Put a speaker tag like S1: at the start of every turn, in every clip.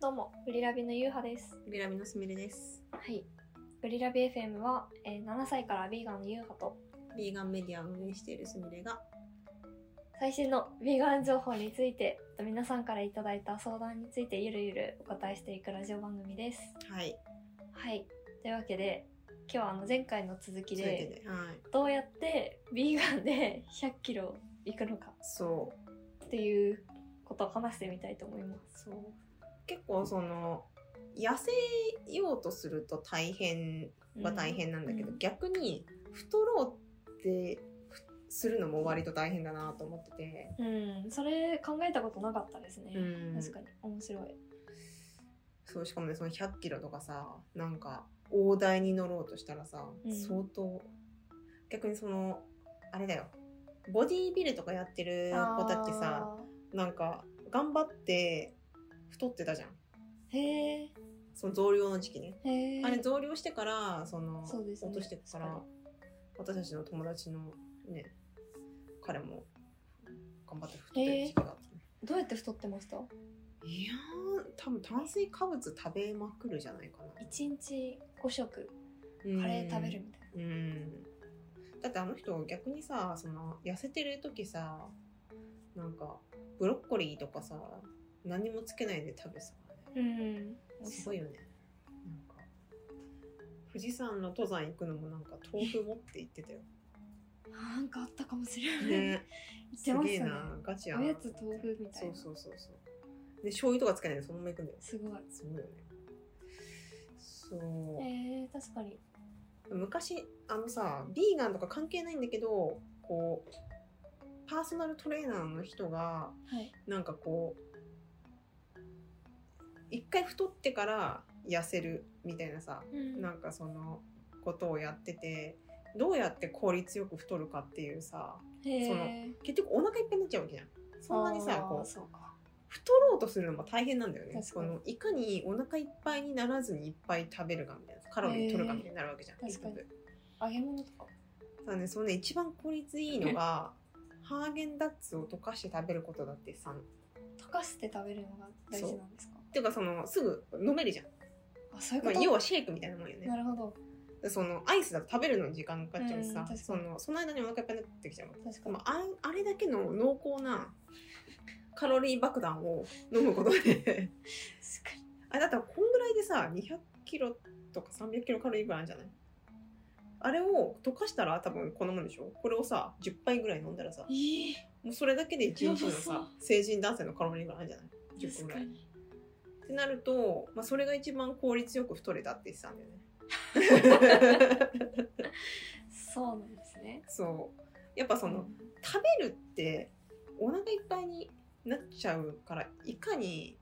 S1: どうもグリラビのゆうはです
S2: ビラミのすみれです。
S1: はいグリラビ FM は、えー7歳からヴィーガンのゆうはと
S2: ビーガンメディアを運営しているすみれが、
S1: 最新のヴィーガン情報についてあと皆さんからいただいた相談についてゆるゆるお答えしていくラジオ番組です
S2: はい、
S1: はいというわけで今日はあの前回の続き
S2: それ
S1: で
S2: でね、はい、
S1: どうやってヴィーガンで100キロ行くのか
S2: そ
S1: っていうことを話してみたいと思います
S2: う、そう。結構その、痩せようとすると大変は大変なんだけど、
S1: うん
S2: 逆に太ろうってふするのも割と大変だなと思ってて、
S1: うん、それ考えたことなかったですね。
S2: うん
S1: 確かに面白い。
S2: そう、しかもね、その100キロとかさ、なんか、大台に乗ろうとしたらさ、
S1: うん
S2: 相当、逆にその、あれだよ、ボディービルとかやってる子たちさ、なんか、頑張って太ってたじゃん。
S1: あー、へえ、
S2: その増量の時期ね。
S1: へえ。
S2: あれ増量してから、その、
S1: そうですね
S2: 落としてくから、私たちの友達のね、彼も頑張って太ってる時期があったね。
S1: どうやって太ってました？
S2: いやー、多分炭水化物食べまくるじゃないかな。
S1: 一日五食
S2: うん
S1: カレー食べる。みたいな。
S2: うん。だってあの人逆にさ、その、痩せてる時さ、なんか、ブロッコリーとかさ、何もつけないで食べてたからね。
S1: うん。
S2: すごいよね。なんか、富士山の登山行くのもなんか豆腐持って行ってたよ。
S1: あーなんかあったかもしれない。
S2: ね。
S1: 言って
S2: す
S1: ま
S2: げ
S1: し
S2: え
S1: たね。
S2: な。ガチや
S1: お
S2: な
S1: やつ豆腐みたいな。
S2: そうそうそうそう。で、醤油とかつけないでそのまま行くんだよ。
S1: すごい。
S2: すごいよね。そう。
S1: へえ、確かに。
S2: 昔、あのさ、ビーガンとか関係ないんだけど、こう、パーソナルトレーナーの人が、
S1: はい。
S2: なんかこう、一回太ってから痩せるみたいなさ、
S1: うん
S2: なんかそのことをやっててどうやって効率よく太るかっていうさ
S1: へ
S2: そ
S1: え。
S2: 結局お腹いっぱいになっちゃうわけじゃんそんなにさ
S1: あー
S2: こう
S1: そうか。
S2: 太ろうとするのも大変なんだよね
S1: 確
S2: こ
S1: かに
S2: のいかにお腹いっぱいにならずにいっぱい食べるかみたいなカロリー取るかみたいになるわけじゃん、
S1: へー
S2: 結局
S1: 揚げ物とか。
S2: ただねそのね一番効率いいのがハーゲンダッツを溶かして食べることだってさ
S1: 溶かして食べるのが大事なんですか？
S2: っていうかそのすぐ飲めるじゃん、
S1: あ、そういう
S2: ま
S1: こ
S2: あ、
S1: と。
S2: 要はシェイクみたいなもんよね
S1: なるほど。
S2: そのアイスだと食べるのに時間かかっちゃうし
S1: うん
S2: さ、
S1: 確かに
S2: そのその間にお腹いっぱいになってきちゃうわけ
S1: 確か
S2: で
S1: に
S2: も。ああれだけの濃厚なカロリー爆弾を飲むことで
S1: 確かに。
S2: あだったらこんぐらいでさ200キロとか300キロカロリーぐらいあるんじゃないあれを溶かしたら多分このもんでしょこれをさ10杯ぐらい飲んだらさ
S1: いい。
S2: もうそれだけで1日の
S1: やば
S2: さ成人男性のカロリーぐらいあるんじゃない10個ぐらいっ
S1: に。
S2: てなると、まあ、それが一番効率よく太れたって言ってたんだよね
S1: そうなんですね。
S2: そうやっぱその、
S1: うん
S2: 食べるってお腹いっぱいになっちゃうからいかに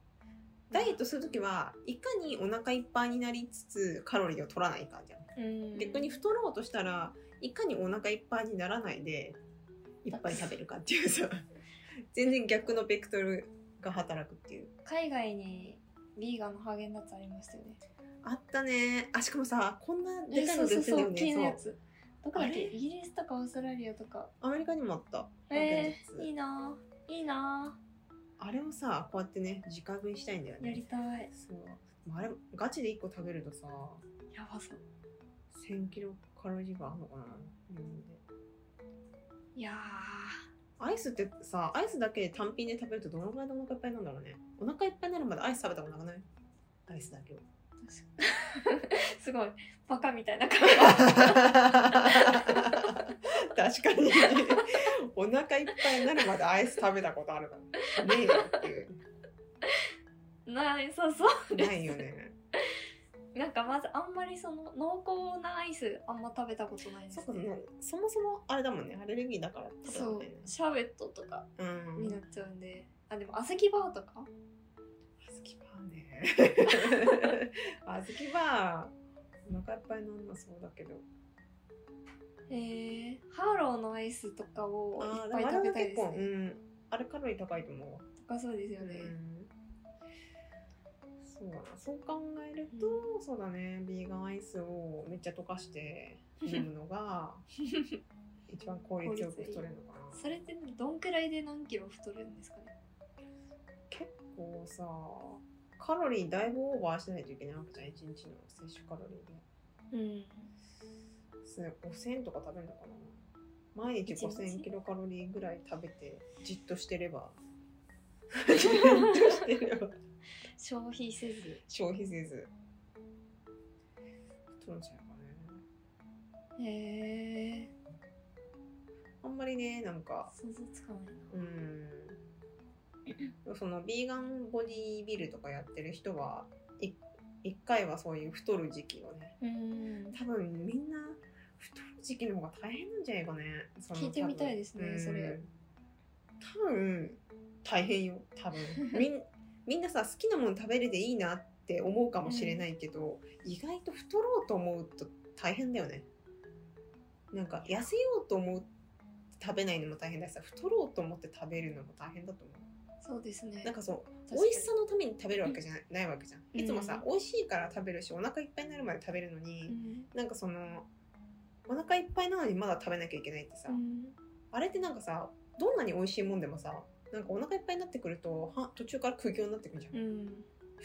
S2: ダイエットするときはいかにお腹いっぱいになりつつカロリーを取らないかじゃん、
S1: うん
S2: 逆に太ろうとしたらいかにお腹いっぱいにならないでいっぱい食べるかっていうさ 全然逆のベクトルが働くっていう
S1: 海外にビーガンのハーゲンダッツありましたよね。
S2: あったねあしかもさこんなでかいの
S1: そ
S2: 出
S1: う
S2: て
S1: そうそ
S2: る
S1: う
S2: よ
S1: 大きいのや
S2: ねそう
S1: つ。どこだっ
S2: あ
S1: け
S2: れ
S1: イギリスとかオーストラリアとか。
S2: アメリカにもあった
S1: え
S2: ハーゲンダッツ
S1: ー、いいなぁいいな
S2: あれをさこうやってね直食いしたいんだよ
S1: ぁやり
S2: ね
S1: たい。
S2: そうまああれガチで1個食べるとさ
S1: やばそう。
S2: 1000キロカロリーがあるのかな日本で
S1: いや
S2: アイスってさアイスだけで単品で食べるとどのぐらいでお腹いっぱいになるんだろうねお腹いっぱいになるまでアイス食べたことなくないアイスだけを
S1: ー 確かすごい。バカみたいな感じ。
S2: 確かにお腹いっぱいになるまでアイス食べたことあるからねえよっていう
S1: ない、そうそう。
S2: ないよね
S1: なんかまずあんまりその濃厚なアイスあんま食べたことないで
S2: そっ
S1: す
S2: か
S1: ね。
S2: ねそもそもあれだもんねアレルギーだから食べたこ
S1: そ
S2: と
S1: う
S2: ないね。
S1: シャーベットとか
S2: う
S1: になんっちゃうんで。あ、でも小豆バーとか
S2: 小豆バー ね小豆バーお腹いっぱいになんなそうだけど
S1: えー、ハーローのアイスとかをい
S2: あ
S1: っ
S2: ー
S1: ぱい
S2: でもあ
S1: 食
S2: れは
S1: べたいです
S2: 結構、
S1: ね
S2: う。ん、あれカロリー高いと思うわ、
S1: 高そうですよね。
S2: そうだなそう考えると、そうだねビーガンアイスをめっちゃ溶かして飲むの が一番効率よく太れるのかな
S1: それってどんくらいで何キロ太るんですかね。
S2: 結構さカロリーだいぶオーバーしないといけないわけじゃん、一日の摂取カロリーで。
S1: うん。
S2: す5000とか食べるのかな毎日
S1: 一日
S2: 5000キロカロリーぐらい食べて、じっとしてれば、じっとしてれば、
S1: 消費せず。
S2: 消費せず、太るんちゃうかね。
S1: へえ。
S2: あんまりね、なんか、
S1: 想像つかないな。
S2: うんそのビーガンボディビルとかやってる人はい一回はそういう太る時期をね
S1: うん。
S2: 多分みんな太る時期の方が大変なんじゃないかねその
S1: 聞いてみたいですね
S2: 多分
S1: それ
S2: うん多分大変よ 多分みんみんなさ好きなもの食べれていいなって思うかもしれないけど、意外と太ろうと思うと大変だよねなんか痩せようと思う食べないのも大変だしさ太ろうと思って食べるのも大変だと思う
S1: そうですね。
S2: なんかそう
S1: 確かに
S2: 美味しさのために食べるわけじゃない,、ないわけじゃん
S1: ん
S2: いつもさ、美味しいから食べるしお腹いっぱいになるまで食べるのに、
S1: うん。
S2: なんかそのお腹いっぱいなのにまだ食べなきゃいけないってさ、
S1: うん
S2: あれってなんかさどんなに美味しいもんでもさなんかお腹いっぱいになってくるとは途中から苦行になってくるじゃん、不
S1: うん。
S2: 思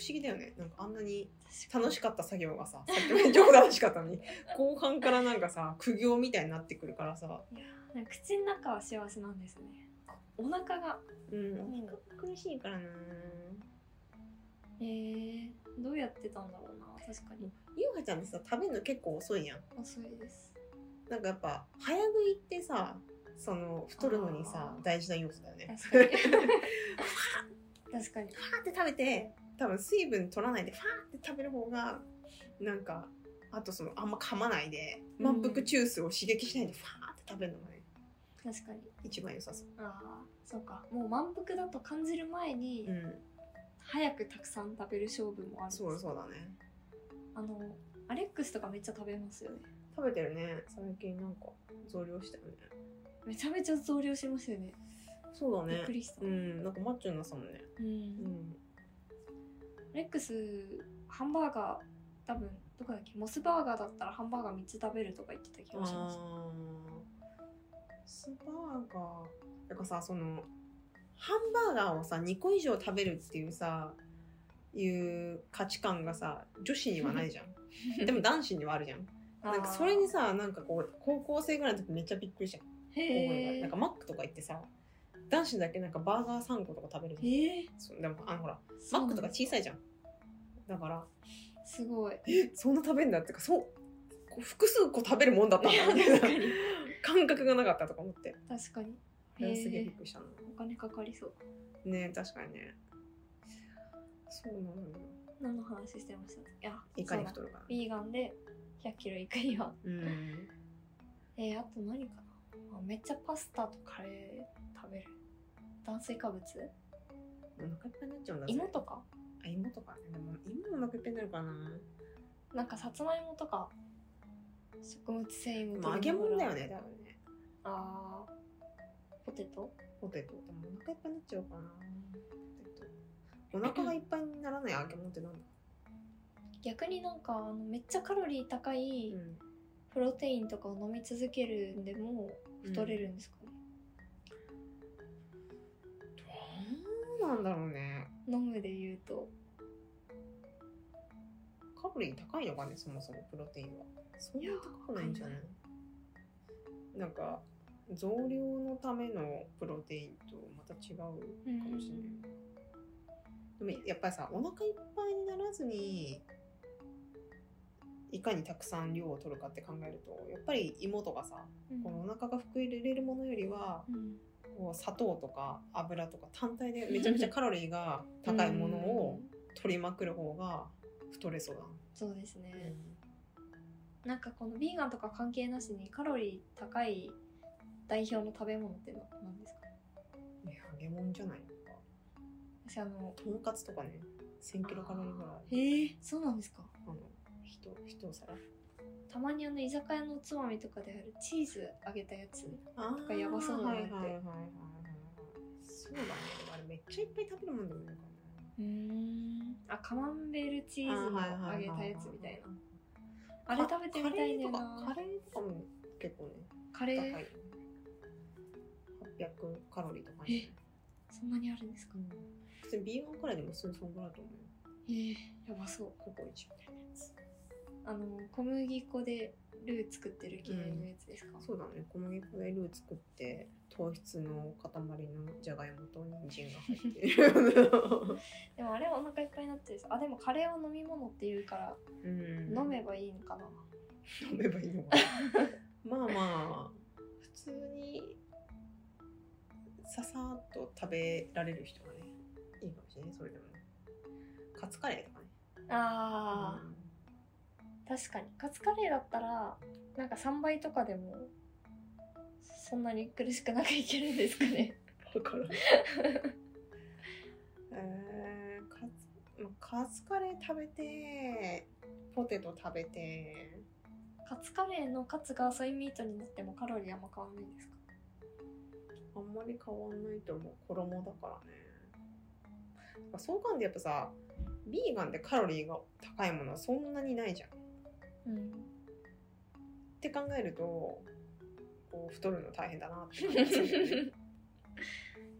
S2: 議だよねなんかあんなに
S1: 確かに
S2: 楽しかった作業がささっきめっちゃ楽し かったのに後半からなんかさ苦行みたいになってくるからさ、
S1: いやーなんか口の中は幸せなんですね。お腹が。
S2: うん、お
S1: ん
S2: 腹苦しいからな
S1: えー、どうやってたんだろうな。確かに。
S2: ゆうはちゃんってさ食べるの結構遅いやん
S1: 遅いです。
S2: なんかやっぱ早食いってさその太るのにさ
S1: あー
S2: 大事な要素だよね。
S1: 確 かに。確かに。
S2: ファーって食べて多分水分取らないでファーって食べる方がなんかあとそのあんま噛まないで
S1: うん
S2: 満腹中枢を刺激しないでファーって食べるのがね
S1: 確かに。
S2: 一番良さそう。
S1: ああ、そうか。もう満腹だと感じる前に、
S2: うん、
S1: 早くたくさん食べる勝負もある。
S2: そうそうだね。
S1: あの、アレックスとかめっちゃ食べますよね。
S2: 食べてるね最近なんか増量したよね。
S1: めちゃめちゃ増量しますよね。
S2: そう
S1: び
S2: だ
S1: っく
S2: ね。
S1: りした。
S2: うん、なんかマッチョになってたもんね。
S1: うん
S2: うん。
S1: アレックス、ハンバーガー、多分、どこだっけモスバーガーだったらハンバーガー3つ食べるとか言ってた気がします。
S2: あースバーガーなんかさそのハンバーガーをさ2個以上食べるっていうさいう価値観がさ女子にはないじゃん でも男子にはあるじゃんなんかそれに
S1: あ
S2: さなんかこう高校生ぐらいの時めっちゃびっくりした
S1: ー、
S2: 思いがある
S1: へ
S2: なんかマックとか行ってさ男子だけなんかバーガー3個とか食べる
S1: え。
S2: じ
S1: え
S2: ゃんそうでもあのほら
S1: ー、
S2: マックとか
S1: チ
S2: 小さいじゃんだから
S1: す ごい。
S2: えそんな食べんだってかそうこう複数個食べるもんだったん
S1: いや
S2: だみた
S1: 確
S2: いな
S1: かに。
S2: 感覚がなかったとか思って
S1: 確かに。
S2: いやすげえ
S1: へ
S2: び
S1: え
S2: っ。くりしたの
S1: お金かかりそう。
S2: ね確かにねそうなのよ
S1: 何の話してましたっけいや、
S2: いかに
S1: そうだ
S2: 太るかな
S1: ヴィーガンで100キロいくには。
S2: うん
S1: えー、あと何かなあめっちゃパスタとカレー食べる。炭水化物
S2: お腹いっぱいになっちゃうんだ
S1: 芋とか
S2: あ芋とかねでも芋お腹いっぱいになるからな
S1: なんかさつまいもとか食物繊維も
S2: まあ揚
S1: 取り
S2: げ
S1: ながら
S2: 物だよね多分ね
S1: あーポテト
S2: ポテトでもお腹いっぱいになっちゃうかなポテトお腹がいっぱいにならない揚げ物ってなんだ
S1: 逆になんかあのめっちゃカロリー高い
S2: うん
S1: プロテインとかを飲み続けるんでも太れるんですかね、
S2: どうなんだろうね
S1: 飲むで言うと
S2: カロリー高いのかねそもそもプロテインはそんな高くないんじゃないなんか増量のためのプロテインとまた違うかもしれない、でもやっぱりさお腹いっぱいにならずにいかにたくさん量を取るかって考えるとやっぱり芋とかさ
S1: うん
S2: このお腹が膨れれるものよりは
S1: うん
S2: こう砂糖とか油とか単体でめちゃめちゃカロリーが高いものを
S1: うん
S2: 取りまくる方が太れそうだな。
S1: そうですね、なんかこのヴィーガンとか関係なしにカロリー高い代表の食べ物ってのは何ですか
S2: ね揚げ物じゃないのか
S1: 私あの
S2: とんかつとかね1000キロカロリーぐら
S1: え
S2: い
S1: ー、そうなんですか
S2: あの人人皿
S1: たまにあの居酒屋のおつまみとかであるチーズ揚げたやつ
S2: あ
S1: かやばそうだなって
S2: はいはいはいはいはいそうだねあれめっちゃいっぱい食べるもんでもないか
S1: うんあカマンベールチー
S2: な
S1: ズの
S2: あ
S1: 揚
S2: はい
S1: げ
S2: は
S1: た
S2: いはいはい
S1: やつみたいなあれ食べてみたいねん
S2: カ
S1: な
S2: レーとかカレーとかも結構ね
S1: カレ
S2: 高
S1: ー
S2: いよね800カロリーとかね
S1: そんなにあるんですか
S2: うん普通にビーガンカレーでも数そんぐらいだと思うよ
S1: えー、やばそう
S2: ココイチみたいなやつ
S1: あの小麦粉でルー作ってる系のやつですか、
S2: そうだね小麦粉でルー作って糖質の塊のじゃがいもと人参が入ってる
S1: でもあれはお腹いっぱいになってるしあでもカレーを飲み物っていうから
S2: うん
S1: 飲めばいいのかな、
S2: 飲めばいいのか なまあまあ普通にささっと食べられる人がねいいかもしれないそれでもねカツカレーとかね
S1: あー、確かにカツカレーだったらなんか3倍とかでもそんなに苦しくなくいけるんですかね
S2: だからんえーカツまあカツカレー食べてポテト食べて
S1: カツカレーのカツがソイミートになってもカロリーあんま変わんないんですか
S2: あんまり変わんないと思う衣だからねだからそう考えてやっぱさビーガンでカロリーが高いものはそんなにないじゃん
S1: うん
S2: って考えるとこう太るの大変だなって感じがするん だよね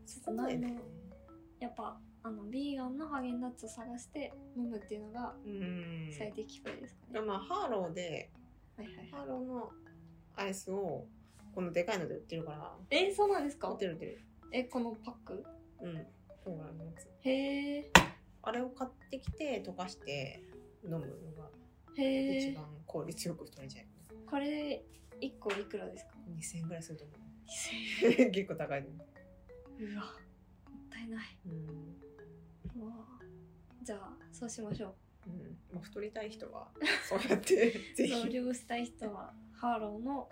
S2: そこまでね
S1: やっぱあのビーガンのハーゲンダッツを探して飲むっていうのが
S2: うん
S1: 最適解ですかね、
S2: まあハーローで
S1: はいはい
S2: ハーローのアイスをこのでかいので売ってるから
S1: えー、そうなんです
S2: 売
S1: か
S2: ってる売ってる
S1: えこのパック
S2: うんそうなんです
S1: へえ
S2: あれを買ってきて溶かして飲むのが
S1: へ
S2: 一
S1: え
S2: 番効率よく太れちゃう
S1: これ1個いくらですか
S2: 2000円ぐらいすると思う
S1: 2000
S2: 結構高いね
S1: 円うわもったいない
S2: うん
S1: うわじゃあそうしましょう
S2: うんまあ、太りたい 人はそうやってぜ
S1: 増
S2: ひ、
S1: 量したい人はハーローの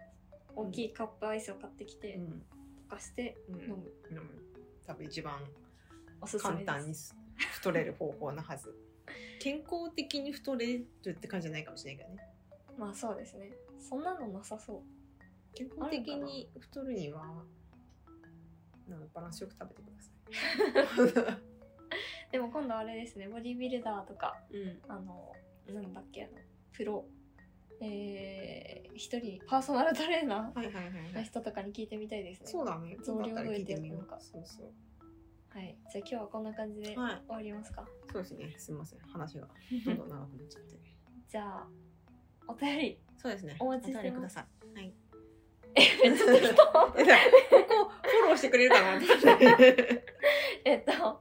S1: 大きいカップアイスを買ってき
S2: う
S1: て
S2: ん
S1: 溶かして
S2: うん、
S1: 飲む
S2: 飲む多分一番
S1: おすす
S2: 簡
S1: めです
S2: 単にす太れる方法なはず健康的に太れるって感じじゃないかもしれないけどね
S1: まあそうですねそんなのなさそう
S2: 健康的に太るにはなんかバランスよく食べてください
S1: でも今度あれですねボディビルダーとか
S2: うん
S1: あのなんだっけあのプロえー、一人パーソナルトレーナ
S2: はいはいはい
S1: ー
S2: は
S1: の
S2: い
S1: 人とかに聞いてみたいですね
S2: そうだね
S1: 増量
S2: だったら聞いて
S1: どう
S2: み
S1: やってやる
S2: よ
S1: の
S2: う
S1: か
S2: そうそう
S1: はいじゃあ今日はこんな感じで終
S2: はい
S1: わりますか、
S2: そうですねすみません話がどんどん長くなっちゃって
S1: じゃあお便 り
S2: そうですね
S1: お待ちしてます
S2: 便りくださいはい
S1: めっちゃ 適当
S2: えだからここフォローしてくれ るかなって
S1: えっとお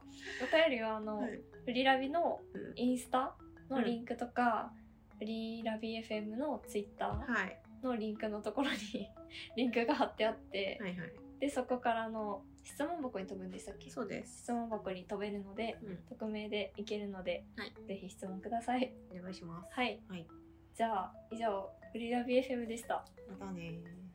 S1: 便りはあの、
S2: はい
S1: フリラビの
S2: うん
S1: インスタのリンクとか、フリラビ FM のツイッタ
S2: はい
S1: ーのリンクのところに リンクが貼ってあって、
S2: はいはい
S1: でそこからの質問箱に飛ぶんでしたっけ
S2: そうです
S1: 質問箱に飛べるので
S2: うん
S1: 匿名でいけるので、
S2: はい
S1: ぜひ質問ください
S2: お願いします
S1: はい、
S2: はい
S1: じゃあ以上フリラビ FM でした
S2: またねー